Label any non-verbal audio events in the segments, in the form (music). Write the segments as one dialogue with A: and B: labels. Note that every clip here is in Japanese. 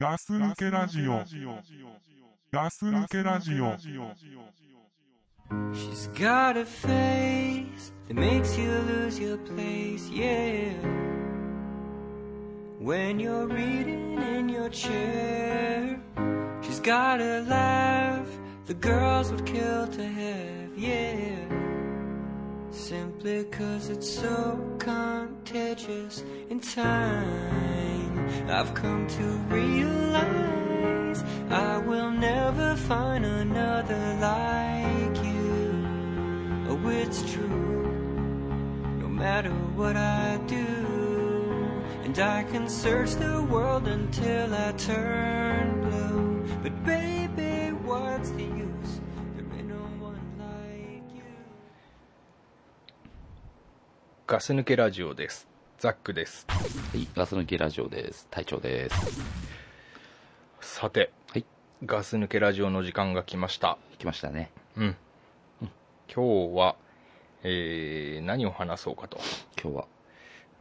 A: ガス抜けラジオ。ガス抜けラジオ。
B: She's got a face that makes you lose your place, yeah. When you're reading in your chair, she's got a laugh the girls would kill to have, yeah. Simply cause it's so contagious in time. I've come to realize I will never find another like you. Oh, it's true. No matter what I do, and I can search the world until I turn blue. But baby, what's the use? There ain't no one like you.
C: ガス抜けラジオです。ザックです。
D: はい、ガス抜きラジオです。隊長です。
C: さて、
D: はい、
C: ガス抜けラジオの時間が来ました。
D: 来ましたね。
C: うん。今日は、えー何を話そうかと。
D: 今日は。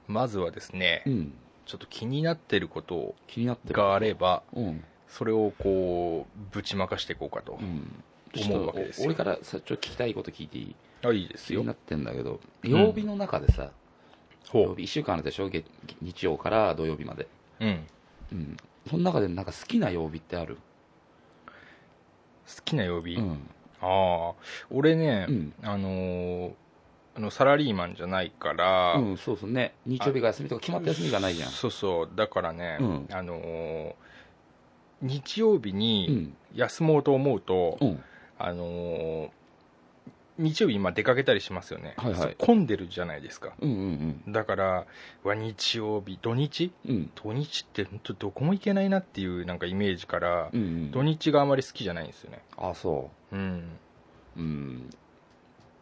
C: まずはですね、
D: うん。
C: ちょっと気になってること
D: 気になってる。
C: があれば、
D: うん。
C: それをこう、ぶちまかしていこうかと
D: う。ん。
C: 思う
D: ちょっと
C: わけですよ
D: お俺からさ、ちょっと聞きたいこと聞いていい
C: あ、いいです
D: 気に
C: よ
D: なっ。てんだけど、曜日の中でさ、
C: ほ
D: 曜日1週間あるでしょ月日曜から土曜日まで。
C: う。うん。
D: うん。その中でなんか好きな曜日ってある
C: 好きな曜日、
D: うん。
C: ああ、俺ね、
D: うん
C: あのーあのサラリーマンじゃないから、
D: うん、そうそうね。日曜日が休みとか決まった休みがないじゃん。
C: そうそうだからね、
D: うん
C: あのー日曜日
D: う
C: に
D: ん。
C: 休もうと思うと、
D: うん。
C: あのー日曜日今出かけたりしますよね、
D: はいはい
C: そう混んでるじゃないですか
D: うんうん
C: だからうわ日曜日土日
D: うん。うん。
C: 土日って本当どこも行けないなっていうなんかイメージから、
D: うんうん
C: 土日があまり好きじゃないんですよね
D: あ、そう。
C: うん
D: うん、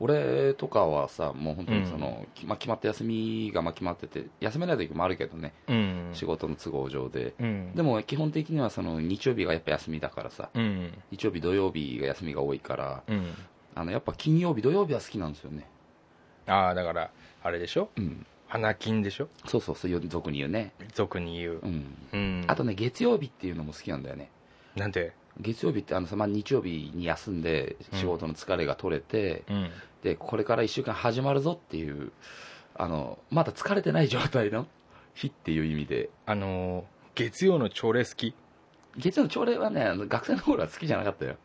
D: 俺とかはさ、もう本当にその、きまあ、決まった休みがまあ決まってて、休めない時もあるけどね、
C: うん
D: 仕事の都合上で、
C: うん
D: でも基本的にはその日曜日がやっぱ休みだからさ、
C: うん
D: 日曜日、土曜日が休みが多いから、
C: うん
D: あのやっぱ金曜日、土曜日は好きなんですよね、
C: ああだからあれでしょ
D: うん、
C: 花金でしょ
D: そうそう、そういう俗に言うね、
C: 俗に言う
D: うん、
C: うん
D: あとね、月曜日っていうのも好きなんだよね。
C: なんで
D: 月曜日ってあのさ、まあ、日曜日に休んで仕事の疲れが取れて、
C: うん
D: でこれから1週間始まるぞっていうあのまだ疲れてない状態の日っていう意味で
C: あのー月曜の朝礼好き
D: 月曜の朝礼はねあの学生の頃は好きじゃなかったよ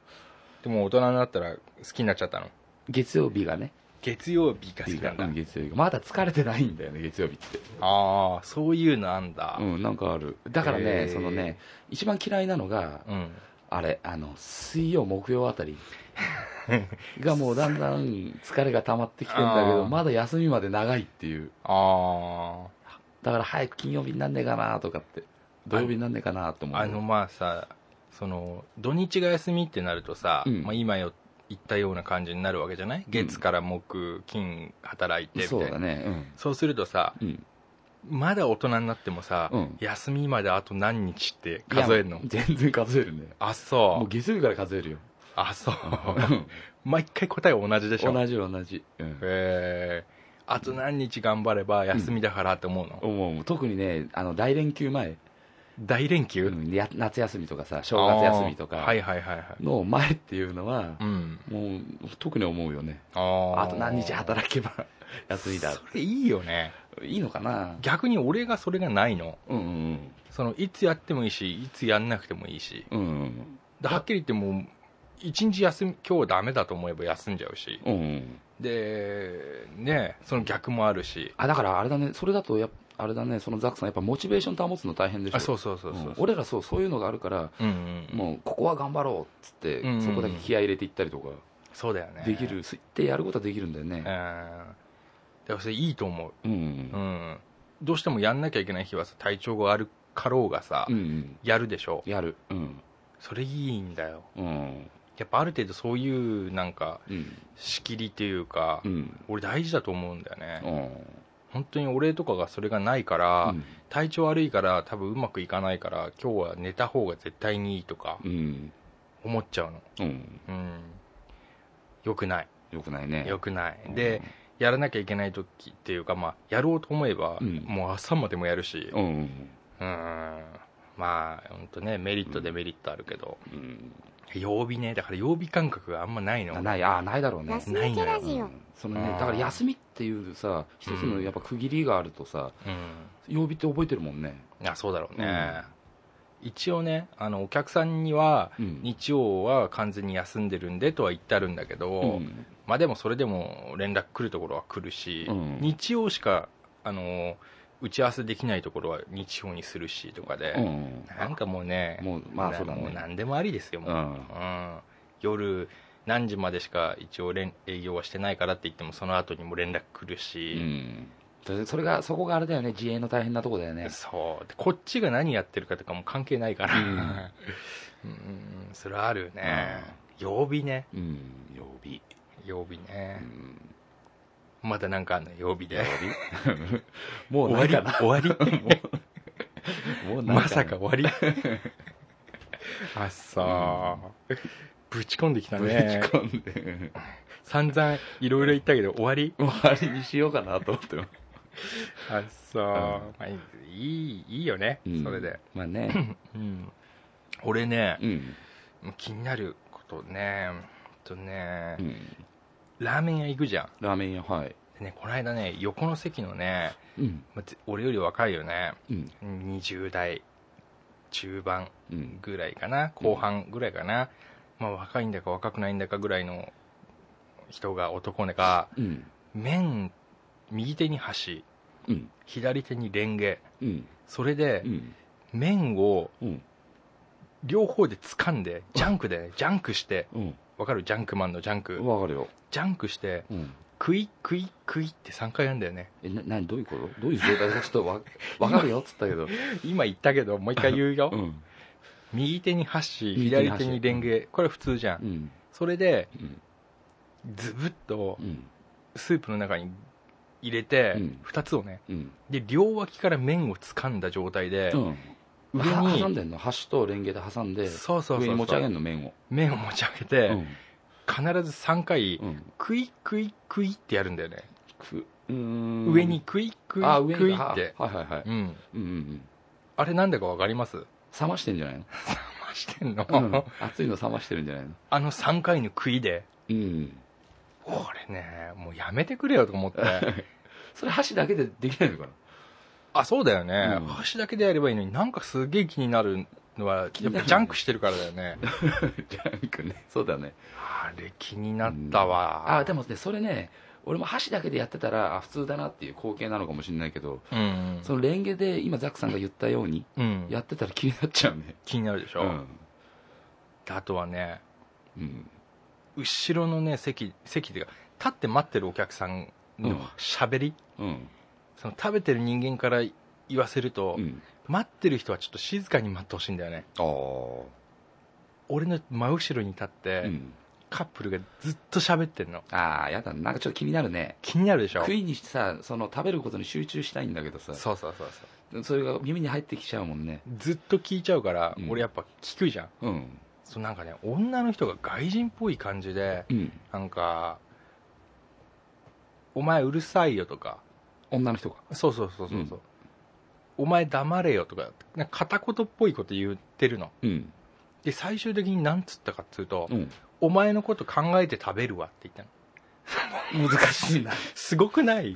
C: でも大人になったら好きになっちゃったの
D: 月曜日がね
C: 月曜日が好きなんだ、
D: うん月曜日がまだ疲れてないんだよね月曜日って
C: ああそういうのあんだ
D: うんなんかあるだから
C: へ
D: ね
C: ー
D: そのね一番嫌いなのが
C: うん、
D: あれあの水曜木曜あた
C: (laughs)
D: りがもうだんだん疲れが溜まってきてんだけ
C: あ
D: ど
C: ー
D: まだ休みまで長いっていう
C: あ
D: だから早く金曜日になんねえかなとかって土曜日になんねえかなと思
C: あ
D: う
C: あのまあさその土日が休みってなるとさ、
D: うん
C: まあ、今よ言ったような感じになるわけじゃない月から木金働いてみたい
D: そ
C: な
D: うだねうん
C: そうするとさ
D: うん、
C: まだ大人になってもさ、
D: うん
C: 休みまであと何日って数えるの
D: いや全然数えるね
C: あ
D: も
C: そうう
D: 月曜日から数えるよ
C: あそう
D: (laughs)
C: 毎回答えは同じでしょ
D: 同じ同じ、うん、
C: えー、あと何日頑張れば休みだからって思うの、
D: 思うもう特にねあの大連休前、
C: 大連休、
D: うんや夏休みとかさ正月休みと
C: あーは
D: か
C: いはいはいはい
D: の前っていうのは
C: う、ん
D: もう特に思うよね
C: あー
D: あと何日働 (laughs) けば休みだ
C: それいいよね
D: いいのかな
C: 逆に俺がそれがないの
D: うんうん
C: そのいつやってもいいしいつやんなくてもいいし
D: うんうん
C: ではっきり言ってもう一日休み今日ダメだと思えば休んじゃうし
D: うんうん
C: でねその逆もあるし
D: あだからあれだねそれだとやっあれだねそのザックさんやっぱモチベーション保つの大変でしょ
C: あそううそうそうそう、
D: ん俺らそうそういうのがあるから
C: うんうんうん、
D: もうここは頑張ろうっつって、
C: うんうんうん
D: そこだけ気合い入れていったりとか
C: そうだよね
D: できる、吸ってやることはできるんだよ
C: うんだ
D: ね、
C: からそれいいと思う
D: うんう
C: うんん、どうしてもやんなきゃいけない日はさ体調が悪かろうがさ、
D: うんうん、
C: やるでしょ
D: やる、うん
C: それいいんだよ
D: うん
C: やっぱある程度そういうなんか
D: うん
C: 仕切りというか、
D: うん
C: 俺大事だと思うんだよ
D: う
C: ね、
D: ん
C: 本当に俺とかがそれがないから、体調悪いから多分うまくいかないから今日は寝た方が絶対にいいとか
D: うん
C: 思っちゃうの
D: うん
C: うんよくない
D: よくないね
C: よくない、でやらなきゃいけない時っていうかまあやろうと思えば、
D: うん
C: もう朝までもやるし
D: うん
C: うんまあ本当ねメリットデメリットあるけど、
D: うん、
C: 曜日ねだから曜日感覚があんまないの
D: あないあないだろうね
E: 休みけラ
D: う
E: ジオ
D: んそのね
C: あー
D: だから休みっていうさ一つのやっぱ区切りがあるとさ、
C: う
D: 曜日って覚えてるもんね
C: んあそうだろうね、一応ねあのお客さんには
D: うん
C: 日曜は完全に休んでるんでとは言ってあるんだけど、
D: うん
C: まあでもそれでも連絡来るところは来るし、
D: うん
C: 日曜しかあの打ち合わせできないところは日曜にするしとかで、
D: うん
C: なんかもうね
D: もうまあ
C: な
D: そうだ
C: もう
D: ね
C: 何でもありですよもう、
D: う
C: うんん夜何時までしか一応連営業はしてないからって言ってもその後にも連絡来る
D: う
C: し、
D: んそれそれがそこがあれだよね自営の大変なとこだよね
C: そうでこっちが何やってるかとかも関係ないから、
D: う
C: うんん、うんそれはあるよね、曜日ね
D: うん曜日、
C: 曜日
D: う
C: ね、
D: ん、
C: まだなんかあんの曜日で (laughs)
D: もうない
C: 終
D: か
C: わ
D: (laughs) な
C: り終わり
D: もうない
C: まさか終わ
D: (laughs)
C: りあっさーぶち込んできた
D: ぶち
C: ね
D: 込んで
C: 散々いろいろ言ったけど終わり
D: 終わりにしようかなと思ってます
C: あっさー、まあ、いいいいよね、
D: うん
C: それで、
D: まあね
C: うん、俺ね
D: う、ん
C: 気になることねえっとね、
D: うん
C: ラーメン屋行くじゃん
D: ラーメン屋はい
C: でねこの間ね横の席のね、
D: うん
C: まあぜ俺より若いよね
D: うん
C: 20代中盤
D: うん
C: ぐらいかな後半ぐらいかな、まあ若いんだか若くないんだかぐらいの人が男が
D: うん
C: 麺右手に箸
D: うん
C: 左手にレンゲ
D: うん
C: それで
D: うん
C: 麺を
D: うん
C: 両方で掴んでジャンクでねジャンクして
D: う
C: わかるジャンクマンのジャンク
D: んわかるよ
C: ジャンクして
D: うん
C: クイクイクイって3回やんだよね
D: えな何どういうことどういう状態かちょっと (laughs) わわかるよっつったけど
C: 今言ったけどもう一回言うよ、
D: (laughs) うん
C: 右手に箸
D: 右手に
C: 左
D: 箸
C: 手にレンゲこれ普通じゃん、
D: うん
C: それで
D: うん
C: ズブッと
D: うん
C: スープの中に入れて、
D: うん
C: 2つをね
D: うん
C: で両脇から麺を掴んだ状態で、
D: うん
C: 上
D: は
C: に
D: 挟んでんの箸とレンゲで挟んで
C: そうそう
D: 上
C: そ
D: に
C: う
D: 持ち
C: そ
D: 上げん
C: う
D: の麺を
C: 麺を持ち上げて、
D: うん
C: 必ず3回、
D: うん
C: クイクイクイってやるんだよね、
D: くうーん
C: 上にクイクイ
D: あ上
C: クイ
D: にあ
C: って
D: はいはいはい
C: うん
D: うんうんうん
C: あれなんだかわかります
D: 冷ましてんじゃない
C: ましてんの、
D: の、うん、熱いの冷ましてるんじゃないの
C: あの3回の食いで
D: うん
C: 俺ねもうやめてくれよと思って
D: (laughs) それ箸だけでできないのかな
C: あそうだよね、
D: うん
C: 箸だけでやればいいのになんかすげえ気になるのは
D: に
C: やっぱ
D: なる
C: ジャンクしてるからだよね
D: ジャンクねそうだね
C: あれ気になったわ、
D: あでもねそれね俺も箸だけでやってたらあ普通だなっていう光景なのかもしれないけど
C: うん
D: そのレンゲで今ザックさんが言ったように
C: うん
D: やってたら気になっちゃうね
C: 気になるでし
D: う
C: ょ、
D: ん
C: あとはね
D: うん
C: 後ろのね席席っていうか立って待ってるお客さん
D: うん
C: の喋り、
D: うん
C: その食べてる人間から言わせると、
D: うん
C: 待ってる人はちょっと静かに待ってほしいんだよね
D: ああ
C: 俺の真後ろに立って、
D: うん
C: カップルがずっと喋ってんの
D: ああやだなんかちょっと気になるね
C: 気になるでしょ
D: 食いにしてさその食べることに集中したいんだけどさ
C: そうそうそうそう
D: それが耳に入ってきちゃうもんね
C: ずっと聞いちゃうから、
D: うん
C: 俺やっぱ聞くじゃん
D: うん
C: そうなんかね女の人が外人っぽい感じで
D: うん
C: なんか「お前うるさいよ」とか
D: 女の人が
C: そうそうそうそうそう、お前黙れよ」とかなんか片言っぽいこと言ってるの
D: うん
C: で最終的に何つったかっつうと、
D: うん
C: お前のこと考えて食べるわ」って言ったの
D: 難しいな
C: すごくない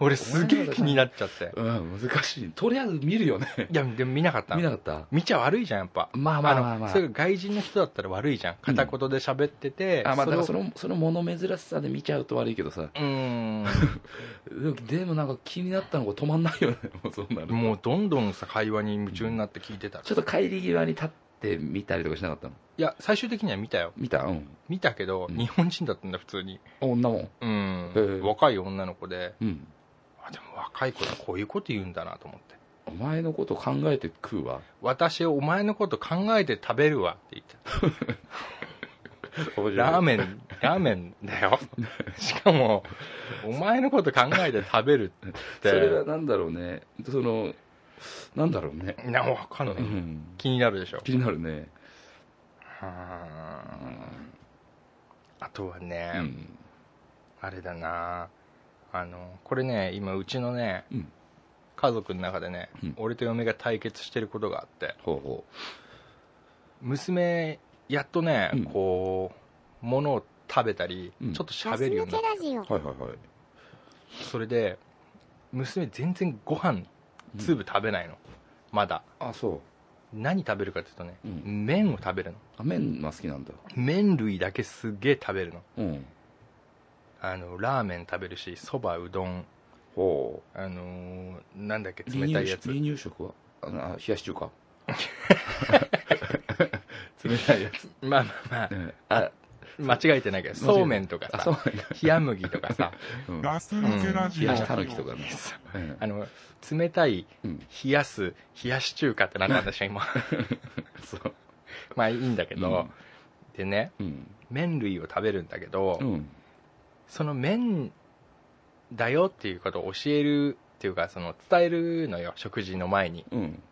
C: 俺すげえ気になっちゃって
D: うん難しいとりあえず見るよね
C: いやでも見なかった
D: 見なかった
C: 見ちゃ悪いじゃんやっぱ
D: まあま
C: あ
D: あまあま
C: の
D: あ
C: それが外人の人だったら悪いじゃん片言で喋ってて、
D: あまあだからそ
C: れを
D: のその物珍しさで見ちゃうと悪いけどさ
C: うーん
D: でもなんか気になったのが止まんないよね (laughs) もうそうなる
C: もうどんどんさ会話に夢中になって聞いてたら、
D: ちょっと帰り際に立って見たりとかしなかったの
C: (laughs) いや最終的には見たよ
D: 見たうん
C: 見たけど、
D: うん
C: 日本人だったんだ普通に
D: 女も
C: うん、
D: え
C: 若い女の子で
D: うん
C: あでも若い子はこういうこと言うんだなと思って
D: お前のこと考えて食う (laughs) わ
C: 私お前のこと考えて食べるわって言ってラー
D: ン
C: メンラーメンだ (laughs) よしかもお前のこと考えて食べるっ
D: それは
C: て
D: なんだろうねそのなんだろうね
C: なわかんない、
D: うん
C: 気になるでしょ
D: 気になるね
C: は
D: う
C: ーあとはね、
D: ん
C: あれだなあのこれね今うちのね、
D: うん
C: 家族の中でね、
D: うん
C: 俺と嫁が対決してることがあって
D: ほうほ
C: 娘やっとね、
D: うん
C: こう物を食べたり、
D: うん
C: ちょっと喋
E: 喋
C: る
E: る
C: よう
E: よ
C: になった
E: ね。
D: うはいはいはい
C: それで娘全然ご飯粒食べないの、まだ
D: あそう
C: 何食べるかっていうとね、
D: うん
C: 麺を食べるの
D: あ麺は好きなんだ
C: 麺類だけすげえ食べるの
D: うん
C: あのラーメン食べるしそばうどん
D: ほ
C: あのーなんだっけ
D: う
C: 冷たいやつ
D: 離
C: 冷
D: 乳食はあのあ冷やし中 (laughs) 華
C: たいやつまあまあ
D: あ (laughs)
C: まあ間違えてないけどそうめんとか
D: あそう
C: さ冷麦とかさ
D: うん冷
A: ガス抜けラジオ。
D: やしたぬきとかね (laughs) うん
C: あの冷たい
D: うん
C: 冷やす冷やし中華ってなったんでしょ今 (laughs)
D: そう
C: まあいいんだけど、でね
D: うん
C: 麺類を食べるんだけど、
D: うん
C: その麺だよっていうことを教えるっていうかその伝えるのよ食事の前に
D: うん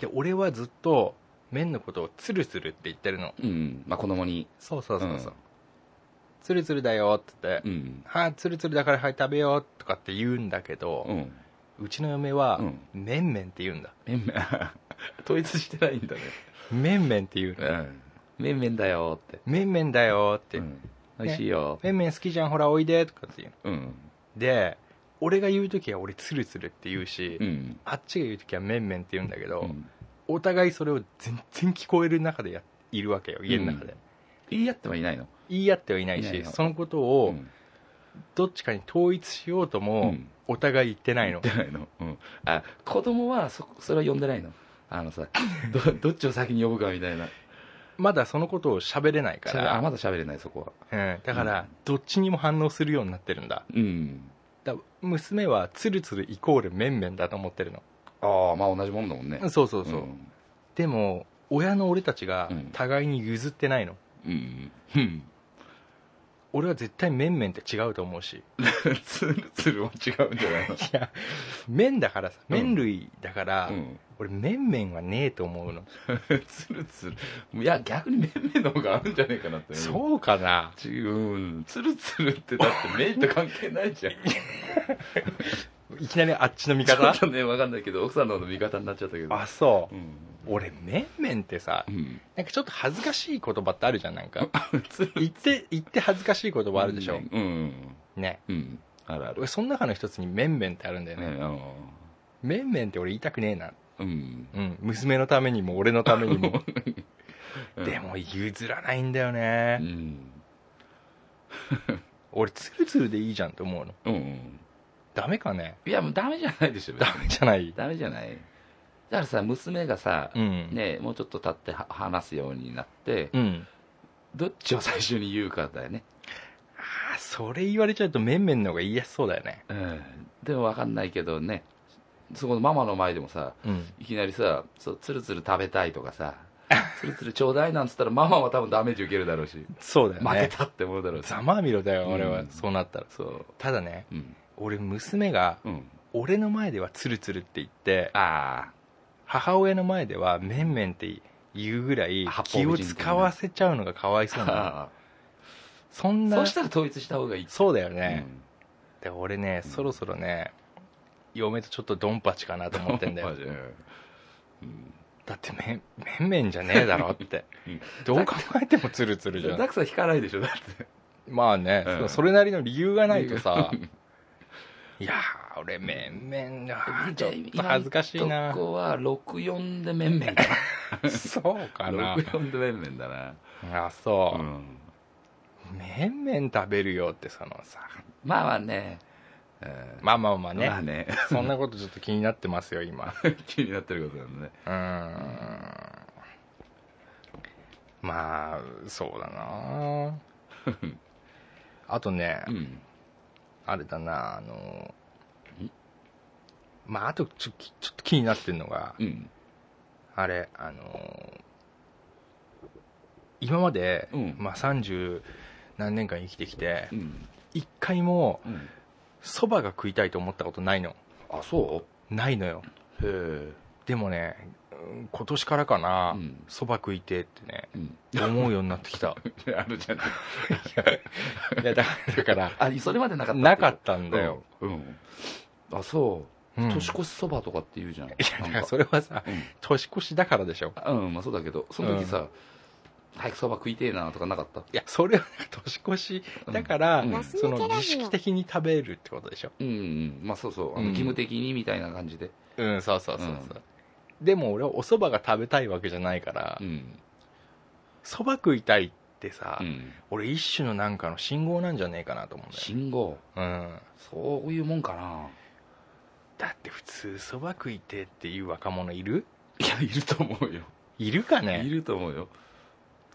C: で俺はずっと麺のことをつるつるって言ってるの
D: うんまあ子供に
C: そうそうそうそう
D: うん
C: つるつるだよって言って、
D: うん
C: はあつるつるだからはい食べようとかって言うんだけ
D: う
C: ど、
D: ん
C: うちの嫁は、
D: うん
C: めんめんって言うんだ
D: 麺 (laughs) 麺統一してないんだね
C: めんめんって言うの、
D: うん麺麺だよって
C: めんめんだよって、
D: うん美味しいよ
C: めんめん好きじゃんほらおいでとかって言うの
D: うん
C: で俺が言う時は俺つるつるって言うし、
D: うん
C: あっちが言う時はめんめんって言うんだけど、
D: うん
C: お互いそれを全然聞こえる中でやいるわけよ家の中で、
D: うん言い合ってはいないの
C: 言い合ってはいないし
D: いないの
C: そのこと
D: う
C: を
D: ん
C: どっちかに統一しようと
D: う
C: も
D: ん
C: お互い言ってないの、
D: じゃないの、うん、あ子供はそそれは呼んでないのあのさどどっちを先に呼ぶかみたいな
C: まだそのことを喋れないか
D: しゃべあ
C: ら、
D: まだ喋れないそこは
C: うん、だか
D: う
C: らどっちにも反応するようになってるんだ
D: うん
C: だ娘はツルツルイコールめんめんだと思ってるの、
D: ああまあ同じもんだもんね
C: そうそうそう、
D: ん
C: でも親の俺たちが
D: うん
C: 互いに譲ってないの、
D: うんうん (laughs)
C: 俺は絶対めんめんって違うと
D: (laughs)
C: 思うし
D: つるつるも違うんじゃないの
C: 麺だからさ
D: うん
C: 麺類だから、
D: うん (laughs)
C: 俺麺麺はねえと思うの、
D: つるつるいや逆にめんめんの方が合うんじゃないかなって
C: そうかな
D: 違うんつるつるってだってメインと関係ないじゃん
C: いきなりあっちの味
D: ちょ
C: 方
D: っとね分かんないけど奥さんの方の味方になっちゃったけど
C: (laughs) あそううん俺めんめんってさ
D: うん
C: なんかちょっと恥ずかしい言葉ってあるじゃんなん
D: (laughs)
C: か
D: つる
C: 言って言って恥ずかしい言葉あるでしょ、
D: うん
C: ね
D: うんあるある
C: 俺その中の一つにめんめんってあるんだよね
D: ねあの
C: めんめんって俺言いたくねえな
D: うん
C: うん娘のためにも俺のためにも
D: (laughs) うん
C: でも譲らないんだよね、
D: うん
C: 俺ツルツルでいいじゃんと思うの
D: うん
C: ダメか
D: (laughs)
C: ね
D: いやもうダメじゃないでしょ別に
C: ダメじゃない
D: ダメじゃないだからさ娘がさ
C: う、ん、
D: ねもうちょっと経っては話すようになって、
C: うん
D: どっちを最初に言うかだよね、
C: あーそれ言われちゃうとめんめんの方が言いやすそうだよね
D: うん、でも分かんないけどねそこのママの前でもさ
C: うん
D: いきなりさそうつるつる食べたいと
C: (laughs)
D: かさつるつるちょうだいなんつったらママは多分ダメージ受けるだろうし
C: そうだよ
D: 負け
C: ね
D: たって思うだろうし
C: ざまみろだよ俺は、
D: うん
C: そうなったら
D: そう
C: ただね
D: うん、
C: 俺娘が
D: うん、
C: 俺の前ではツルツルって言って
D: あ
C: 母親の前ではめんめんって言うぐらい
D: 八方
C: 気
D: 美人
C: を
D: 的な
C: 使わせちゃうのがかわいそうな
D: (laughs)
C: の
D: あ
C: そんな
D: そうしたら統一した方がいい
C: そうだよ
D: う
C: ね、
D: ん
C: で俺ね
D: うん
C: そろそろね嫁とちょっとドンパチかなと思ってんだ
D: (laughs) マ
C: よ
D: ジでうん
C: だってめめんめんじゃねえだろって
D: (laughs) うん
C: どう考えてもツルツルじゃ
D: ダ
C: ん
D: クさん引かないでしょだって
C: まあね、
D: うん
C: それなりの理由がないとさいやー俺めんめんがちょっと恥ずかしいな
D: こは64でめんめんか
C: そうか
D: な (laughs)
C: な
D: 64でめんめんだな
C: あそうう、
D: ん
C: めんめん食べるよってそのさ
D: まあまあねえー
C: まあまあまあね、
D: まあね (laughs)
C: そんなことちょっと気になってますよ今
D: 気になってることなんでね
C: うーんまあそうだな
D: (laughs)
C: あとね、
D: うん
C: あれだなあのまああとちょきちょっと気になってんのが、
D: うん
C: あれあの今まで、
D: うん
C: まあ、30何年間生きてきて
D: うん
C: 一回も
D: うん
C: そばが食いたいと思ったことないの
D: あそ
C: ないのよ
D: うへ
C: でもねうん今年からかな (laughs)
D: うん
C: そば、食いてえってね
D: えうん
C: 思うようになってきた
D: ある (laughs) じゃない
C: いやだだから
D: あそれまでなかった
C: なかったんだよ、
D: うんうんあそ
C: うん
D: 年越しそばとかって言うじゃん。い
C: いやだからそれはさ、
D: うん
C: 年越しだからでしょ
D: うん、まあそうだけど、その時さ、早くそば食いてえなとかなかった。
C: いやそれはなんか年越しだから、
D: うん
C: その儀式的に食べるってことでしょ
D: うん、うん、まあそうそう、あの
C: うん
D: 義務的にみたいな感じで。
C: うんそうそうそうそう、でも俺はお蕎麦が食べたいわけじゃないから
D: うん。
C: 蕎麦食いたいってさ、
D: うん
C: 俺一種のなんかの信号なんじゃねえかなと思うんだよ
D: 信号、
C: うん、
D: そういうもんかな。
C: だって普通そば食いてえっていう若者いる
D: いや、いると思うよ。
C: いるか
D: い
C: ね
D: ると思うよ。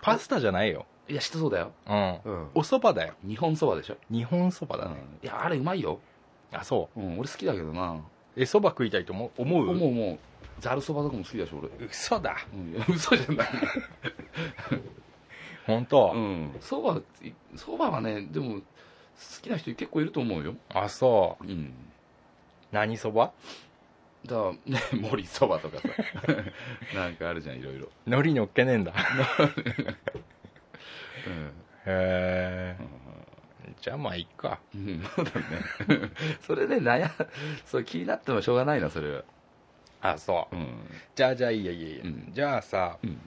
C: パスタじゃないよ
D: いや、知ってそうだよ。
C: うん
D: うん
C: おそばだよ
D: 日本そばでしょ。
C: 日本そば
D: う
C: だね、
D: んいや、あれうまいよ。
C: あそ
D: うん、俺好きだけどな。
C: うえそば食いたいと思う思う
D: もうもう、ざるそばとかも好きだし、俺。
C: 嘘だ
D: うん、いや嘘じゃない。
C: 本当、
D: (laughs) うん。そば、そばはね、でも、好きな人結構いると思うよ。
C: あそう
D: うん。
C: 何そば
D: だから、ね、森そばとかさ。 (laughs) なんかあるじゃん、いろいろ。
C: 海苔乗っけねえんだ
D: うん。
C: (laughs) へえじゃあまあいっか
D: うん、そうだね。それで悩、そう気になってもしょうがないな、それは。
C: あそう
D: うん。
C: じゃあじゃあいいやいいやいいや、
D: うん
C: じゃあさ
D: うん。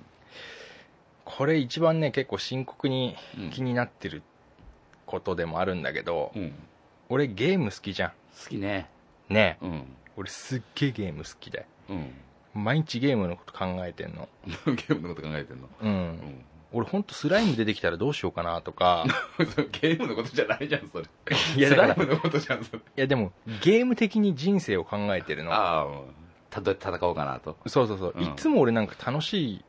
C: これ一番ね結構深刻に
D: うん
C: 気になってることでもあるんだけど、
D: うん。
C: 俺ゲーム好きじゃ
D: 好きね。
C: んねえ
D: うん。
C: 俺すっげえゲーム好きで
D: うん。 (laughs)
C: 毎日ゲームのこと考えてんの
D: ゲームのこと考えてんの。
C: うん、
D: うん。 (laughs)
C: 俺ほんとスライム出てきたらどうしようかなとか
D: ゲームのことじゃないじゃん、それ。
C: (laughs) いや
D: ス
C: だか
D: ラ
C: ら
D: イムのことじゃん、それ。
C: いやでもゲーム的に人生を考えてるの
D: ああ、うんたどうやって戦おうかなと。
C: そうそうそう、
D: うん
C: いつも俺なんか楽しい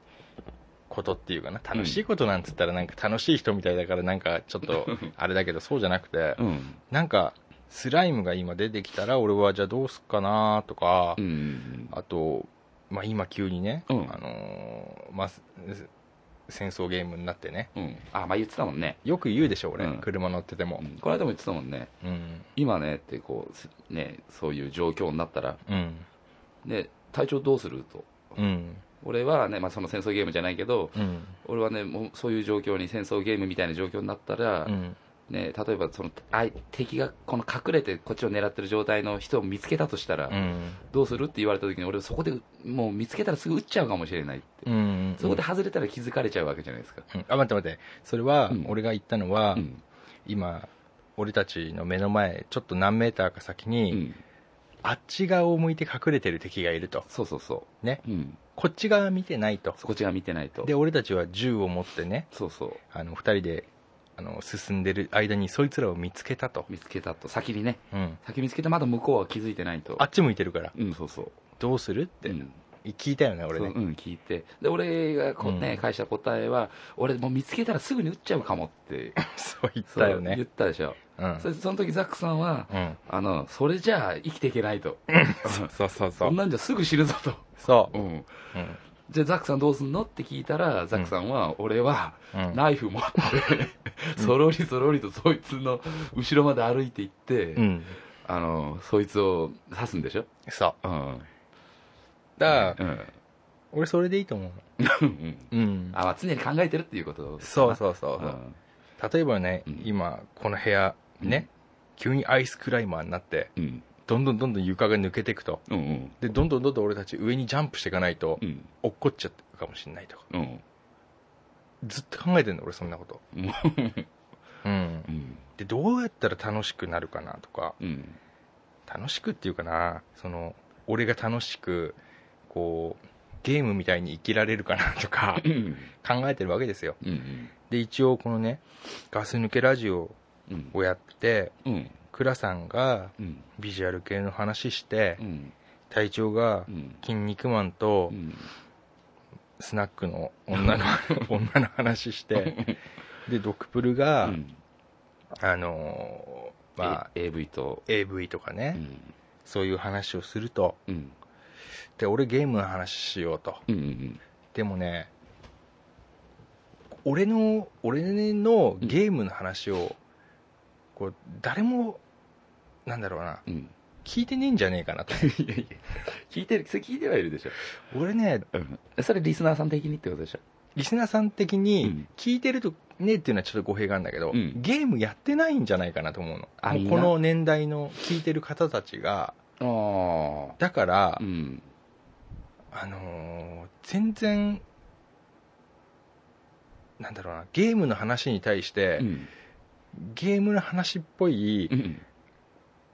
C: ことっていうかな楽しいことなんつったらなんか楽しい人みたいだからなんかちょっ
D: (laughs)
C: とあれだけどそうじゃなくて、
D: うん。
C: なんかスライムが今出てきたら俺はじゃあどうすっかなとか、
D: うん。
C: あと、まあ、今急にね、
D: うん
C: あのーまあ、す戦争ゲームになってね
D: うん。あ、まあ言ってたもんね。
C: よく言うでしょ俺、
D: うん
C: 車乗ってて
D: う
C: も
D: んこの間も言ってたもんね。
C: うん
D: 今ね、ってこうす、ね、そういう状況になったら、
C: うん
D: ね、体調どうすると。
C: うん
D: 俺はね、まあその戦争ゲームじゃないけど、
C: うん
D: 俺はね、もうそういう状況に戦争ゲームみたいな状況になったら、
C: うん
D: ね、例えばそのあい敵がこの隠れてこっちを狙ってる状態の人を見つけたとしたら、
C: うん
D: どうするって言われた時に俺そこでもう見つけたらすぐ撃っちゃうかもしれないって、
C: うん
D: そこで外れたら気づかれちゃうわけじゃないですか、
C: うんあ待って待ってそれは
D: うん
C: 俺が言ったのは、
D: うん
C: 今俺たちの目の前ちょっと何メーターか先に、
D: うん
C: あっち側を向いて隠れてる敵がいると
D: そうそうそう
C: ね、
D: うん、
C: こっち側見てないと
D: そこっちが見てないと
C: で俺たちは銃を持ってね
D: そうそう
C: あの2人であの進んでる間にそいつらを見つけたと、
D: 見つけたと先にね
C: うん、
D: 先見つけてまだ向こうは気づいてないと
C: あっち向いてるから
D: うんそうそう
C: どうするって、
D: うん
C: 聞いたよね俺
D: そう
C: ね
D: うん聞いてで俺がこう、ね
C: うん
D: 返した答えは俺もう見つけたらすぐに撃っちゃうかもって
C: (laughs) そう言ったよ
D: そう言
C: ね
D: ったでしょ、
C: うん
D: それでその時ザックさんは
C: うん
D: あのそれじゃあ生きていけないと、 (laughs)
C: そうそうそ
D: そん
C: う
D: なんじゃすぐ死ぬぞと、
C: そ
D: うん、
C: ううん
D: じゃあザックさんどうすんのって聞いたらザックさんは、俺は
C: うん
D: ナイフ持って、そろりそろりとそいつの後ろまで歩いていって、
C: うん
D: あのそいつを刺すんでしょ、
C: そう
D: うん
C: だから、
D: うん
C: 俺それでいいと思う
D: うん
C: うん
D: あまあ常に考えてるっていうこと
C: そう
D: う
C: そうそうそう、
D: ん
C: 例えばね、
D: うん
C: 今この部屋ね、急にアイスクライマーになって
D: うん
C: どんどんどんどん床が抜けていくと
D: うんうん
C: でどんどんどんどん俺たち上にジャンプしていかないと
D: うん
C: 落っこっちゃってるかもしれないとか
D: うん
C: ずっと考えてんの俺そんなこと
D: うん
C: うん
D: うん
C: でどうやったら楽しくなるかなとか
D: うん
C: 楽しくっていうかなその俺が楽しくこうゲームみたいに生きられるかなと
D: (laughs)
C: か
D: うん
C: 考えてるわけですよ
D: うん
C: で一応このねガス抜けラジオ
D: うん
C: をやって
D: うん
C: 倉さんが
D: うん
C: ビジュアル系の話して
D: うん
C: 隊長が
D: うん
C: 「筋肉マン」と
D: うん
C: スナックの
D: (laughs)
C: 女の女の話してでドクプルが、
D: うん
C: あのーまあ
D: え AV と
C: AV とかね、
D: うん
C: そういう話をすると
D: うん
C: で俺ゲームの話しようと
D: うんうん
C: でもね俺の俺のゲームの話をこう誰もなんだろうな
D: うん
C: 聞いてねえんじゃねえかなと
D: いやいや聞いてるそれ聞いてはいるでしょ、
C: 俺ね
D: それリスナーさん的にってことでしょ
C: リスナーさん的
D: う
C: に
D: ん
C: 聞いてるとねっていうのはちょっと語弊があるんだけど、
D: うん
C: ゲームやってないんじゃないかなと思うの
D: あ
C: もう
D: みんな
C: この年代の聞いてる方たちが
D: あ
C: だから
D: あ。う、ん。
C: あのー全然、なんだろうな、ゲームの話に対して、
D: うん。
C: ゲームの話っぽい、
D: うん。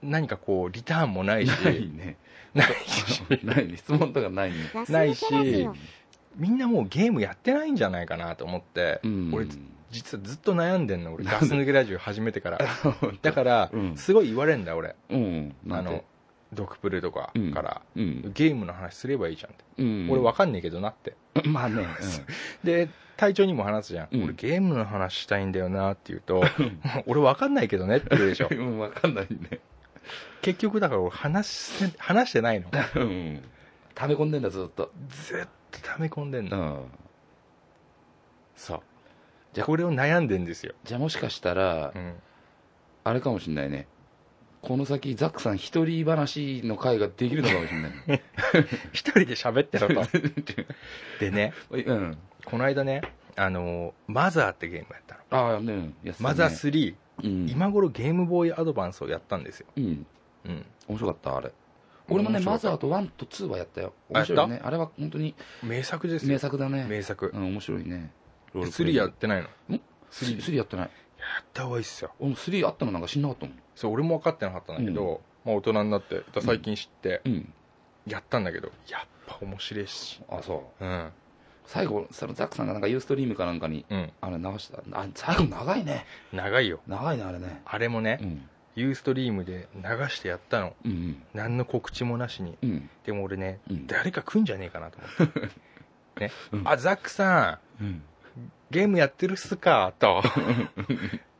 C: 何かこう、リターンもないし、
D: ないね。
C: ないし、
D: ないね。質問とかないね。
C: ないし
D: うん
C: みんなもうゲームやってないんじゃないかなと思って、
D: うん。
C: 俺実はずっと悩んでんの、俺、
D: なんで
C: ガス抜けラジオ始めてから。だから
D: う、ん
C: すごい言われんだ、俺。
D: うん。な
C: あ
D: ん
C: の
D: て。、
C: ドクプルとかから、
D: うん。
C: ゲームの話すればいいじゃんって。
D: うん。
C: 俺わかんねえけどなって。
D: まあね。うん
C: で、隊長にも話すじゃん。
D: うん。
C: 俺ゲームの話したいんだよなって言うと、 (laughs) 俺わかんないけどねって言うでしょ (laughs)
D: うん、わかんないね。
C: 結局だから俺話せ話してないの。
D: うん。溜め込んでんだ、ずっと。
C: ずっと溜め込んでん
D: う
C: の。
D: ん。そう。
C: じゃあこれを悩んでんですよ。
D: じゃあもしかしたら
C: う、ん。
D: あれかもしんないね。この先、ザックさん一人話の会ができるのかもし
C: (laughs)
D: んない。
C: 一人で喋って
D: (laughs)
C: ろと。でね、
D: うん。
C: この間ね、あの、マザーってゲームやったの。
D: ああ、ね、やってたね
C: マザー3、
D: うん。
C: 今頃ゲームボーイアドバンスをやったんですよ。
D: うん。
C: うん。
D: 面白かった、あれ。俺もね、
C: 面白か
D: マ
C: った
D: ザーと1と2はやったよ。
C: あやっ
D: 面
C: た
D: 白いよね。あれは本当に
C: 名作です
D: 名
C: よ。
D: 作だね。
C: 名作
D: う。ん、面白いね。
C: で3やってないの。
D: スリースリーやってない。
C: やった方がいいっすよ。
D: 俺も3あったのなんか死んなかったもん。
C: そう俺も分かってなかったんだけど、まあ、大人になってだ最近知って
D: うん。
C: やったんだけど、やっぱ面白いし
D: あ、そう。
C: うん
D: 最後、そのザックさんがなんかユーストリームかなんかに、
C: うん
D: あれ流した。あ、最後長いね。
C: 長いよ
D: 長いね、あれね。
C: あれもね、
D: うん。
C: ユーストリームで流してやったの
D: うん。
C: 何の告知もなしに
D: うん。
C: でも俺ね、
D: うん
C: 誰か来んじゃねえかなと思
D: (laughs)
C: って、ね
D: うん
C: あザックさん
D: うん。
C: ゲームやってるっすかと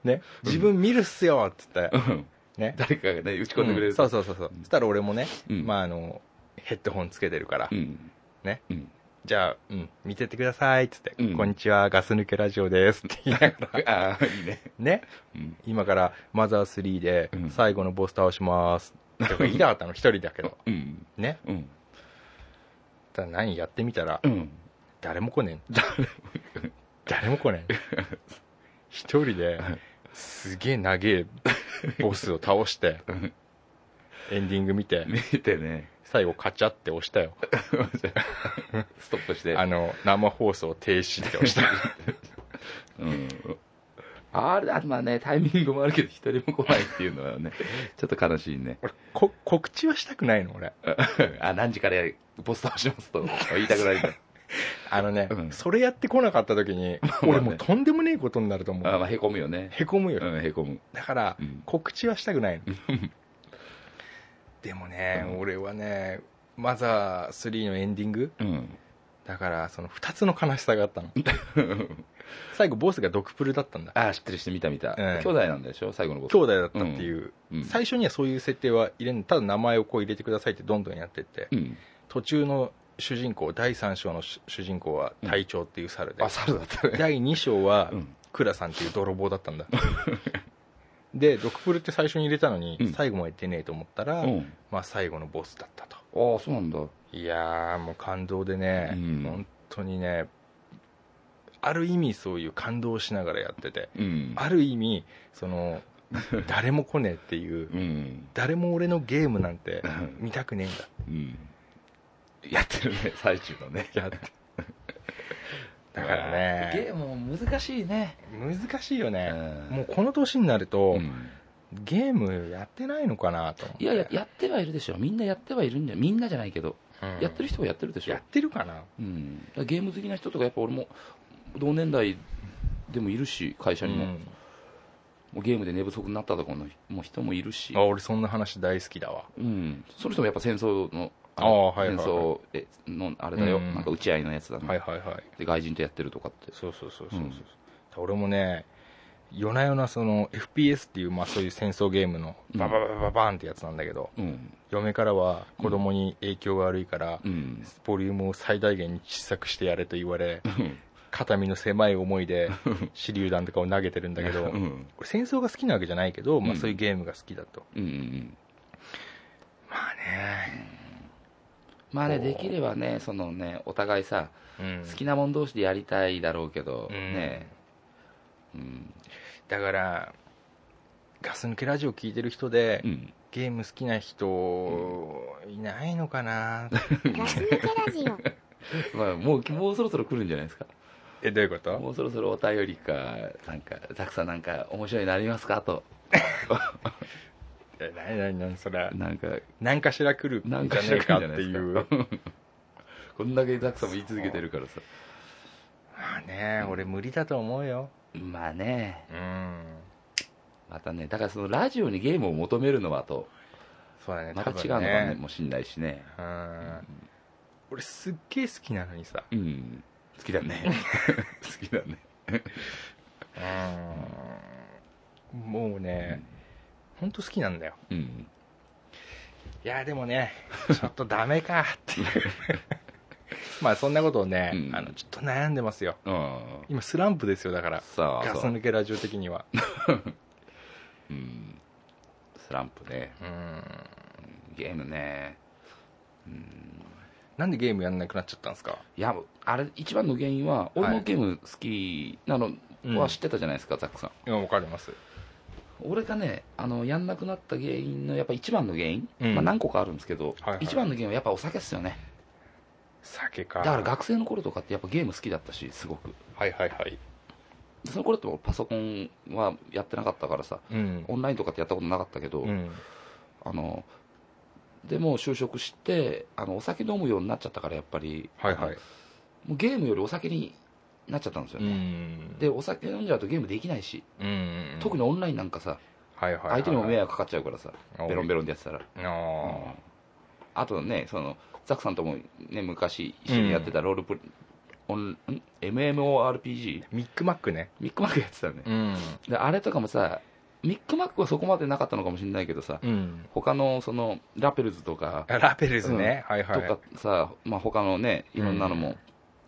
C: ね自分見るっすよっつって
D: うん
C: ね
D: 誰かがね、打ち込んでく
C: う
D: れる。
C: んそうそうそうそうそしたら俺もね、
D: うん
C: まああのヘッドホンつけてるから、
D: うん。
C: ね
D: うん。
C: じゃあ、うん、見てってください、つって、
D: うん
C: こんにちは、ガス抜けラジオです、って言いな (laughs) がら、
D: ああ、いいね。
C: ね、
D: うん。
C: 今からマザー3で
D: うん
C: 最後のボス倒します、と (laughs) か言いたかったの、一人だけど、
D: うん。
C: ね、
D: うん。
C: ただ何やってみたら
D: う、ん。
C: (laughs) 誰も来ねえ誰も来ねえ一人で
D: うん、
C: すげえ長えボスを倒して
D: うん、
C: エンディング見て、
D: 見てね、
C: 最後カチャって押したよ。
D: ストップして。
C: あの、生放送停止って押 (laughs) した。
D: うん。あれ、あまあね、タイミングもあるけど、一人も来ないっていうのはね、 (laughs) ちょっと悲しいね。
C: 俺、こ告知はしたくないの、俺。
D: あ、何時からポスターしますと言いたくないんだ。 (laughs)
C: あのね、
D: うん
C: それやってこなかった時
D: (laughs)
C: に、
D: ね
C: 俺もうとんでもねえことになると思
D: あ
C: う。
D: まあ、へこむよね。
C: へこむよ。
D: うん、へこむ。
C: だから、
D: うん
C: 告知はしたくないの。でもね、
D: うん
C: 俺はね、マザー3のエンディング、
D: うん。
C: だから、その2つの悲しさがあ
D: (laughs)
C: ったの。最後、ボスがドクプルだったんだ。
D: ああ、知ってる人見た見た。
C: ええ
D: 兄弟なんでしょ最後のこと。
C: 兄弟だったっていう、
D: うん
C: 最初にはそういう設定は入れんただ名前をこう入れてくださいってどんどんやってって、
D: うん。
C: 途中の主人公、第3章の主主人公は隊長っていう猿で、
D: あ、猿だったね。
C: (laughs) 第2章は、
D: うん。
C: クラさんっていう泥棒だったんだでドクプルって最初に入れたのに、
D: うん
C: 最後まで出ねえと思ったら、
D: うん
C: まあ、最後のボスだったと
D: ああ、そうなんだ。う
C: いやーもう感動でね、
D: うん
C: 本当にねある意味そういう感動しながらやってて
D: ん。
C: ある意味その誰も来ねえっていう
D: うん。
C: 誰も俺のゲームなんて
D: うん
C: 見たくねえんだ
D: うん。やってるね、最中のね。
C: やってだからね (laughs)
D: ゲームも難しいね。
C: 難しいよね、
D: も
C: もうこの年になると、
D: ん。
C: ゲームやってないのかなと思って
D: いやいや、やってはいるでしょ。みんなやってはいるんじゃ、みんなじゃないけど、
C: うん
D: やってる人はやってるでしょ
C: やっ。てるかな
D: うん。だからゲーム好きな人とか、やっぱ俺も、同年代でもいるし、会社にも。
C: う
D: も
C: ん
D: うゲームで寝不足になったとかのもう人もいるし
C: あ、俺そんな話大好きだわ
D: うん。その人もやっぱ戦争の、
C: ああはいはい
D: 戦
C: はい
D: 争えの、あれだよ、
C: うん
D: なんか打ち合いのやつだな、
C: はいはいはい
D: で外人とやってるとかって。
C: そうそうそうそうそう、
D: うん
C: だから俺もね夜な夜なその FPS っていう、まあ、そういう戦争ゲームの
D: うん
C: ババババババーンってやつなんだけど、
D: うん。
C: 嫁からは子供に影響が悪いから、
D: うん。
C: ボリュームを最大限に小さくしてやれと言われ肩身の狭い思い
D: (laughs)
C: で手榴弾とかを投げてるんだけど、
D: う
C: 俺
D: ん。
C: 戦争が好きなわけじゃないけど、ま
D: う
C: あ、
D: ん
C: そういうゲームが好きだと、
D: うん。
C: まあね、
D: まあね、
C: おー
D: できればね、そのね、お互いさ、
C: うん、
D: 好きなもん同士でやりたいだろうけど、
C: うん
D: ね。うん。
C: だからガス抜けラジオ聞いてる人で、
D: うん。 (laughs)
C: ゲーム好きな人、いないのかな (laughs)
E: ガス抜けラジオ。
D: まあ、もう、もうそろそろ来るんじゃないですか。
C: え、どういうこと
D: もうそろそろお便りか、なんか、ザクさんなんか面白いのありますかと。
C: え、なになになにそれ。
D: なんか、
C: 何かしら来るんじゃ
D: なん
C: ね
D: かし
C: え
D: ら
C: か
D: 来
C: っ
D: るん
C: て
D: じゃ
C: い
D: な
C: う
D: い。ですか。 (laughs) こんだけザクさんも言い続けてるからさ。
C: まあね、俺無理だと思うよ。
D: まあね、
C: うん。
D: またね、だからそのラジオにゲームを求めるのはと、
C: そうだね、
D: また
C: 多
D: 違うのか
C: 分
D: ね
C: ね。
D: もしんないしね。
C: うん。俺すっげえ好きなのにさ。
D: うん。好きだ (laughs) ね。好きだね。
C: うん。もうね、ほんと好きなんだよ。
D: うん。
C: いや、でも
D: (laughs)
C: ね、ちょっとダメか (laughs) っていう。まあそんなことをね、
D: うん
C: あの、ちょっと悩んでますよ。
D: うん。
C: 今スランプですよ、だから。
D: さあ、
C: ガス
D: そう
C: 抜けラジオ的に
D: (laughs)
C: は。
D: うん。スランプね。
C: うん。
D: ゲームね。
C: なんでゲームやんなくなっちゃったんですか
D: いや、あれ、一番の原因は、俺
C: は
D: も
C: い
D: ゲーム好きなのは知ってたじゃないですか、ザックさん。
C: いや、わかります。
D: 俺がね、あの、やんなくなった原因の、やっぱ一番の原因、
C: うん
D: まあ何個かあるんですけど、
C: はいはい
D: 一番の原因はやっぱお酒っすよね。
C: 酒か。
D: だから学生の頃とかってやっぱゲーム好きだったし、すごく。
C: はいはいはい。
D: でその頃って俺パソコンはやってなかったからさ、
C: うん。
D: オンラインとかってやったことなかったけど、
C: うん。
D: あの、でもう就職して、あの、お酒飲むようになっちゃったから、やっぱり、
C: はいはい。
D: もうゲームよりお酒になっちゃったんですよね。
C: ん
D: で、お酒飲んじゃうとゲームできないし、
C: うん。
D: 特
C: に、
D: にオンラインなんかさ、
C: はいはいはい、
D: 相手にも迷惑かかっちゃうからさ、
C: あ
D: ベロンベロンでやってたら。
C: あー
D: あとね、その、ザクさんともね、昔一緒にやってたロールプレ、オンん MMORPG?
C: ミックマックね。
D: ミックマックやってたよね。
C: ん。
D: で、あれとかもさ、ミックマックはそこまでなかったのかもしれないけどさ、
C: うん。
D: 他のその、ラペルズとか、
C: ラペルズね。はいは
D: と
C: い。
D: かさ、まあ、他のね、いろんなのも、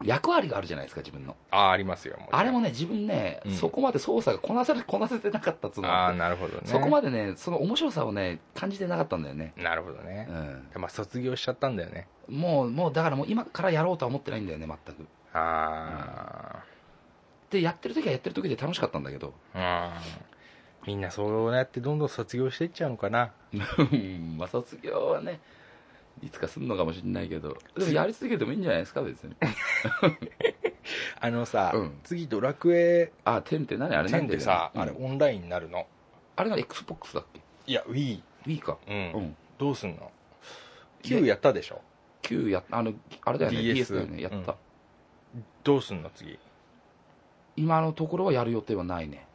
D: 役割があるじゃないですか、自分の。
C: ああ、ありますよ。
D: あれもね、自分ね、
C: うん
D: そこまで操作がこなされこなせ (laughs) てなかったっつうの
C: あ
D: があ
C: あ、
D: って
C: なるほどね。
D: そこまでね、その面白さをね、感じてなかったんだよね。
C: なるほどね
D: う。ん。
C: まあ、卒業しちゃったんだよね。
D: もう、もう、だからもう今からやろうとは思ってないんだよね、全く。
C: あ
D: で、やってる時はやってる時で楽しかったんだけど、
C: あ、うん。みんなそうやってどんどん卒業していっちゃうのかな。
D: うんまあ、卒業はね、いつかすんのかもしれないけど、でもやり続けてもいいんじゃないですか、別に。
C: あのさ、
D: うん
C: 次ドラクエ
D: あ、10って何あれな
C: 10
D: ん
C: っ
D: で
C: てさ、あれ
D: うん
C: オンラインになるの。
D: あれが XBOX だっけ
C: いや、Wii。
D: ?Wii か。
C: う。
D: うんん。
C: どうすんの
D: い
C: ?9 やったでしょ
D: 9や、あの、あれだよね、
C: DS
D: DS だよね、やった。
C: うんどうすんの次。
D: 今のところはやる予定はないね。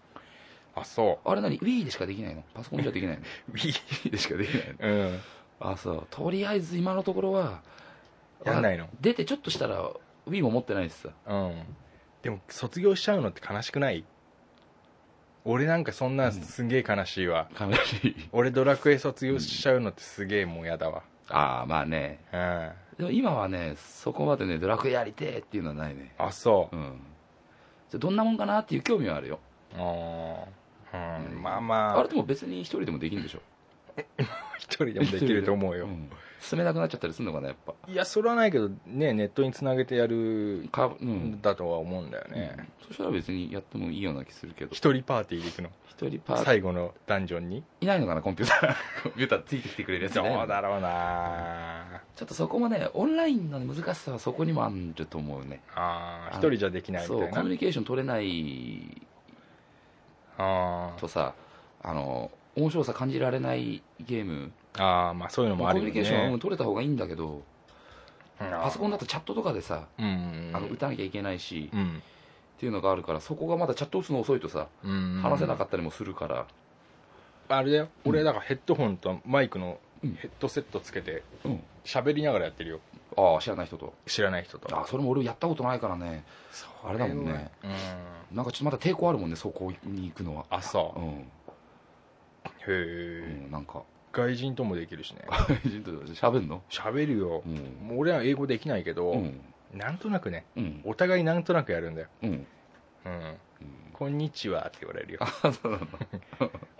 C: あ、そ
D: あれ何 ?Wii でしかできないのパソコンじゃできないの
C: う。Wii。
D: ?Wii でしかできないの
C: うん。
D: あ、そう。とりあえず今のところは、
C: やんないの
D: あ出てちょっとしたら、Wii も持ってないしさ。
C: うん。でも、卒業しちゃうのって悲しくない俺なんかそんなんすんげえ悲しいわ。
D: 悲しい。
C: 俺ドラクエ卒業しちゃうのってすげえもうやだわ。
D: ああ、まあね。
C: うん。あ、
D: でも今はね、そこまでね、ドラクエやりてえっていうのはないね。
C: そうう。
D: ん。じゃあどんなもんかなっていう興味はあるよ。
C: あーうん、まあ
D: あ
C: ま
D: れ
C: あ、
D: でも別に一人でもできるんでしょ
C: 一人でもできると思うよ
D: う。ん進めなくなっちゃったりするのかな、やっぱ。
C: いや、それはないけど、ね、ネットにつなげてやる
D: かうん。
C: だとは思うんだよね。
D: そしたら別にやってもいいような気するけど。
C: 一人パーティーで行くの。
D: 一人パー
C: 最後のダンジョンに。
D: いないのかな、コンピューター。コンピューターついてきてくれるやつい
C: どう
D: ないのか
C: だ
D: な
C: ろうな
D: ちょっとそこもね、オンラインの難しさはそこにもあるんだと思うね。
C: あー一人じゃできないみ
D: そう、
C: た
D: コ
C: い
D: ミュ
C: な
D: ニケーション取れない。
C: あー
D: とさ、あの、面白さ感じられないゲーム。
C: あー、まあそういうのも
D: コ
C: あ
D: ミ
C: る
D: ュ
C: よ
D: ニケーション
C: ね
D: は。取れた方がいいんだけど、パソコンだとチャットとかでさ、
C: うん
D: あの打たなきゃいけないし、っ
C: うん
D: ていうのがあるから、そこがまだチャット打つの遅いとさ、
C: うん
D: 話せなかったりもするから、
C: あれだよ俺だからヘッドホンとマイクの
D: うん
C: ヘッドセットつけて
D: うん
C: 喋りながらやってるよ
D: ああ、知らない人と。
C: 知らない人と
D: ああ、それも俺やったことないからね、あれだもんね。
C: うん
D: なんかちょっとまだ抵抗あるもんね、そこに行くのは。、
C: あそううんへ
D: う
C: え
D: ん、なんか、 (laughs)
C: 外人ともできるしね
D: 喋んの
C: 喋るよ
D: うん。
C: もう俺は英語できないけ
D: う
C: ど
D: ん。
C: なんとなくね
D: うん。
C: お互いなんとなくやるんだよ
D: うん。
C: うんこんにちはって言われるよ
D: あ、そうなの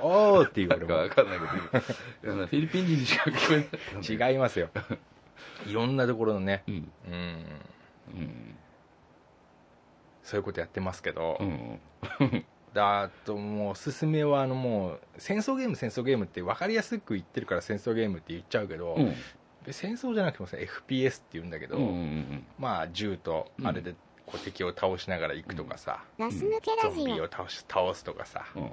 C: (laughs) おーって言わ
D: なん
C: れ
D: か
C: る
D: わかんないけど、いや (laughs) フィリピン人にしか聞こえない。
C: 違います
D: (laughs)
C: よいろんなところのね
D: うん。
C: うん
D: うん。
C: そういうことやってますけど
D: うん。
C: だあともうおすすめはあのもう戦争ゲーム戦争ゲームって分かりやすく言ってるから戦争ゲームって言っちゃうけど、
D: うん
C: 戦争じゃなくてもさ FPS って言うんだけど、
D: うんうんうん
C: まあ銃とあれでこう敵を倒しながら行くとかさ、
E: ガス抜けラ
C: ゾンビ
E: ジ
C: を倒し倒すとかさ、
D: うん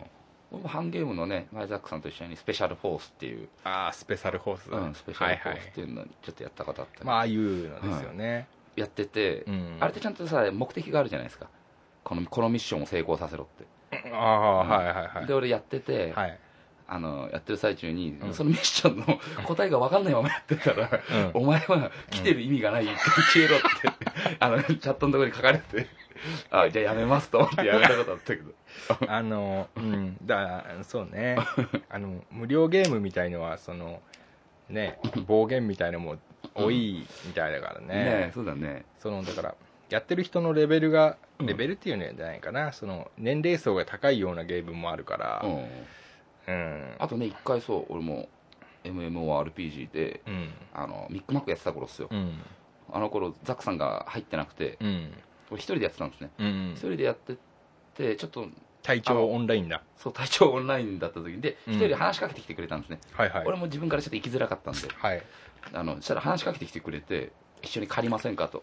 D: 僕もハンゲームのね前ザックさんと一緒にスペシャルフォースっていう、
C: ああスペシャルホース、
D: うん、スペシャルフォ
C: はい
D: ー
C: は
D: ス
C: い
D: っていうのにちょっとやったことあったね
C: まあああいうのですよね、
D: やってて、
C: うん
D: あれってちゃんとさ目的があるじゃないですかこのこのミッションを成功させろって、
C: ああはいはい
D: で俺やってて、
C: はいはい、
D: あのやってる最中に、
C: うん
D: そのミッションの答えが分かんないままやってたら、
C: うん
D: お前は来てる意味がない、消えろってあのチャットのところに書かれてあじゃあやめますと思ってやめたことあった
C: (laughs)
D: けど
C: あのうんだそうね
D: (laughs)
C: あの無料ゲームみたいのはそのね暴言みたいのも多いみたいだからね,、
D: ねえそうだね
C: そのだからやってる人のレベルが
D: うん
C: レベルっていうのじゃないかな、その年齢層が高いようなゲームもあるから
D: うん
C: うん
D: あとね一回そう俺も MMORPG で
C: うん
D: あのミックマックやってた頃っすよ、
C: うん
D: あの頃ザックさんが入ってなくて
C: うん
D: 俺一人でやってたんですね
C: うん
D: 一人でやっててちょっと
C: 体
D: あの
C: 調オンラインだ
D: そう体調オンラインだった時にで
C: うん
D: 一人で話しかけてきてくれたんですね、
C: はいはい
D: 俺も自分からちょっと行きづらかったんで
C: はい
D: あのそしたら話しかけてきてくれて一緒に借りません
C: (laughs)
D: かと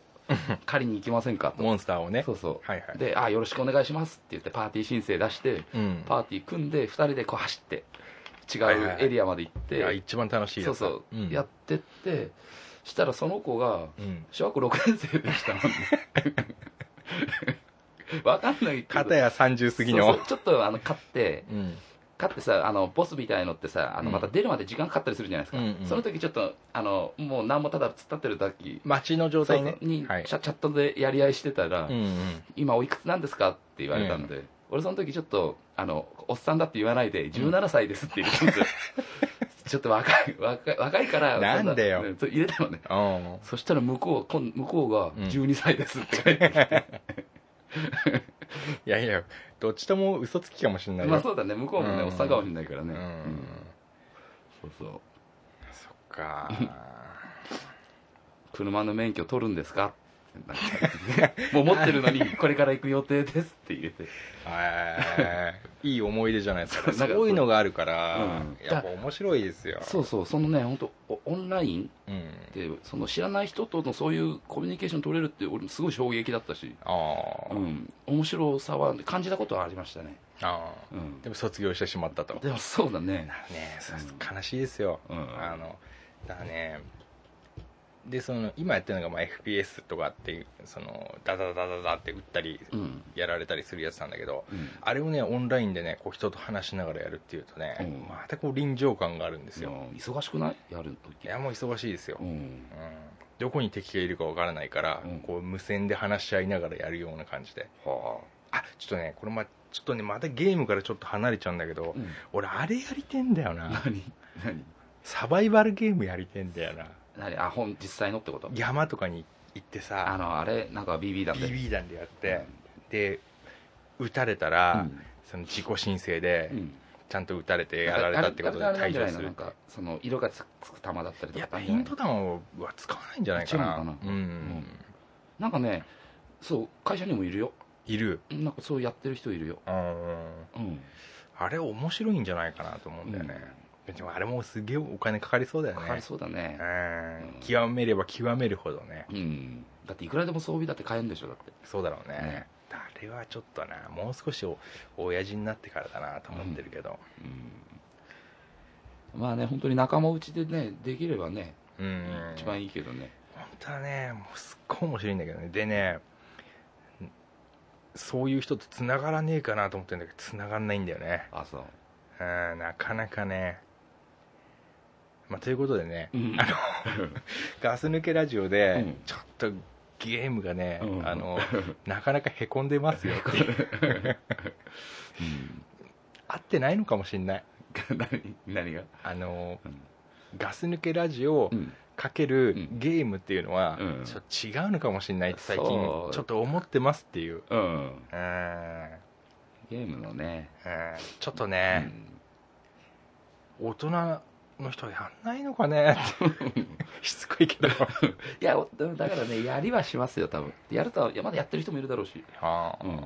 D: 借りに行きませんかと
C: モンスターをね
D: そうそう、
C: はいはい
D: であよろしくお願いしますって言ってパーティー申請出して
C: うん
D: パーティー組んで2人でこう走って違
C: はいはいう
D: エリアまで行っ
C: いや
D: て
C: 一番楽しい
D: そ
C: や
D: う
C: つ
D: そう、
C: ん
D: やってってしたらその子が
C: うん
D: 小学校6年生でしたもんね (laughs) わかんないけど
C: 片や30過ぎの
D: そうそうちょっとあの勝って
C: うん
D: 勝ってさあのボスみたいのってさあ
C: う
D: の
C: ん
D: また出るまで時間かかったりするじゃないですか、
C: うんうん
D: その時ちょっとあのもう何もただ突っ立ってる時
C: 街の状態ね
D: に、チ
C: はい
D: ャチャットでやり合いしてた
C: う
D: ら、
C: んうん
D: 今おいくつなんですかって言われたんで、俺その時ちょっとあのおっさんだって言わないで17歳ですって入れたんですよ、
C: (laughs)
D: ちょっと若い若い若いから
C: なんでよ
D: そうんそう入れたのね
C: うん
D: そしたら向こうはこん向こうが
C: ん
D: 12歳ですって書い
C: (laughs)
D: てきて、
C: いやいやどっちとも嘘つきかもしれないよ
D: まあそうだね向こうもね、
C: うん
D: おっさんかもしれないから
C: う
D: ね、
C: ん
D: うんそうそう
C: そっか
D: 車の免許取るんで
C: (laughs)
D: すかってなんかもう持ってるのにこれから行く予定ですって入れて
C: えーいい思い出じゃないですか
D: そうなんか
C: そういうのがあるから
D: うん
C: やっぱ面白いですよ
D: そうそうそのね本当オオンライン
C: うん
D: でその知らない人とのそういうコミュニケーション取れるって俺もすごい衝撃だったし、
C: あ
D: う
C: ー
D: ん、面白さは感じたことはありましたね、
C: あ
D: う
C: ー
D: ん、
C: でも卒業してしまったと
D: でもそうだね
C: ねそう悲しいですよ、
D: うん
C: あのだからねでその今やってるのがまあ FPS とかっていうそのダダダダダって打ったり
D: うん
C: やられたりするやつなんだけど、
D: うん
C: あれをねオンラインでねこう人と話しながらやるっていうとね、
D: うん
C: またこう臨場感があるんです
D: いや
C: よ、
D: 忙しくないやるとき
C: いやもう忙しいですよ、
D: う
C: うん
D: ん
C: どこに敵がいるかわからないから、
D: うん
C: こう無線で話し合いながらやるような感じで
D: は
C: あちょっとねこれまちょっとねまたゲームからちょっと離れちゃうんだけど、
D: あ、うん、
C: 俺あれやりてんだよな
D: 何何
C: サバイバルゲームやりてんだよな
D: 何あ本実際のってこと
C: 山とかに行って
D: あ
C: さ
D: のあれなんか BB だって
C: BB 弾でやって、で撃たれたら、その自己申請で、
D: うんうん
C: ちゃんと撃たれてやられたってことで
D: あれあれ
C: 退
D: じゃな
C: 場
D: いの
C: す
D: な
C: る
D: んかその色がつく玉だったり
C: い
D: と
C: や
D: か
C: ペイント弾は使わないんじゃないかな
D: 違うのか
C: うん、
D: なんかねそう会社にもいるよ
C: いる
D: なんかそうやってる人いるよ
C: うん
D: うん
C: あれ面白いんじゃないかなと思うんだよね、でもあれもすげえお金かかりそうだよね
D: かかりそうだね
C: うん極めれば極めるほどね
D: うんだっていくらでも装備だって買えるんでしょだって
C: そうだろうね
D: ね
C: あれはちょっとなもう少しお親父になってからだなと思ってるけど
D: うんまあね本当に仲間内でねできればね
C: うん、
D: 一番いいけどね
C: 本当はねもうすっごい面白いんだけどねでねそういう人と繋がらねえかなと思ってるんだけど繋がんないんだよね
D: あそう
C: うんなかなかね、まあ、ということでね、
D: うん
C: あのガス抜けラジオで、
D: うん
C: ちょっとゲームがね、
D: うん
C: あのなかなかへこんでますよ
D: (laughs)
C: っていう合ってないのかもしれない
D: 何何が
C: あの、
D: うん
C: ガス抜けラジオ
D: うん
C: かける
D: うん
C: ゲームっていうのは、
D: うん
C: ちょっと違うのかもしれないって最近
D: そう
C: ちょっと思ってますっていう
D: うん
C: うんうん
D: ゲームのね
C: ちょっと
D: う
C: ね、
D: ん (laughs)
C: 大人の人やんないのか
D: (laughs)
C: ねってしつこいけど
D: いやおだからねやりはしますよ多分やるといやまだやってる人もいるだろうし
C: ああ
D: うん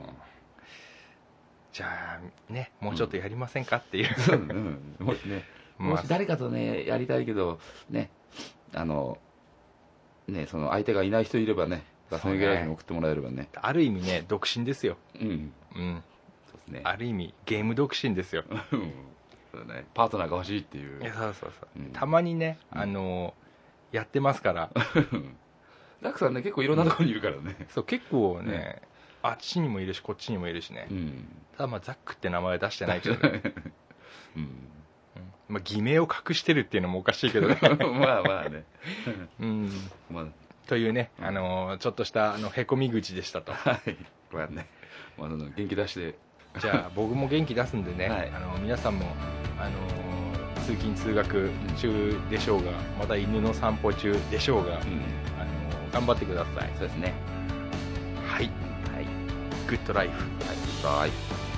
C: じゃあねもうちょっとやりませんかっていう、
D: うんもしね、も
C: ま
D: し誰かとね、やりたいけど、ね、あの、ね、その相手がいない人いればね、ガソリンゲラージに送ってもらえればね、
C: あ、ある意味ね独身ですよ、
D: うん、
C: うん、
D: そうですね。
C: ある意味ゲーム独身ですよ
D: うんそうだねパートナーが欲しいっていう
C: いや。そうそうそう、
D: うん
C: たまにね、
D: うん
C: あのやってますから
D: ラクさんね、結構いろんなところにいるからね。
C: そう結構ね、あっちにもいるしこっちにもいるしね、
D: うん。
C: ただまあザックって名前出してないけどね、
D: うん。 (laughs)
C: うんまあ、偽名を隠してるっていうのもおかしいけどね、
D: まあまあね。
C: うん、
D: まあ、
C: というね、
D: うん
C: あのちょっとしたあのへこみ口でしたと
D: はい。まあね。まあ、その元気出して、
C: じゃあ僕も元気出すんでね、
D: はい
C: あの皆さんもあの通勤通学中でしょうがまた犬の散歩中でしょうが、
D: うん。
C: あの頑張ってください
D: そうですね。
C: はい、はい、グッドライフ
D: はい。バイ。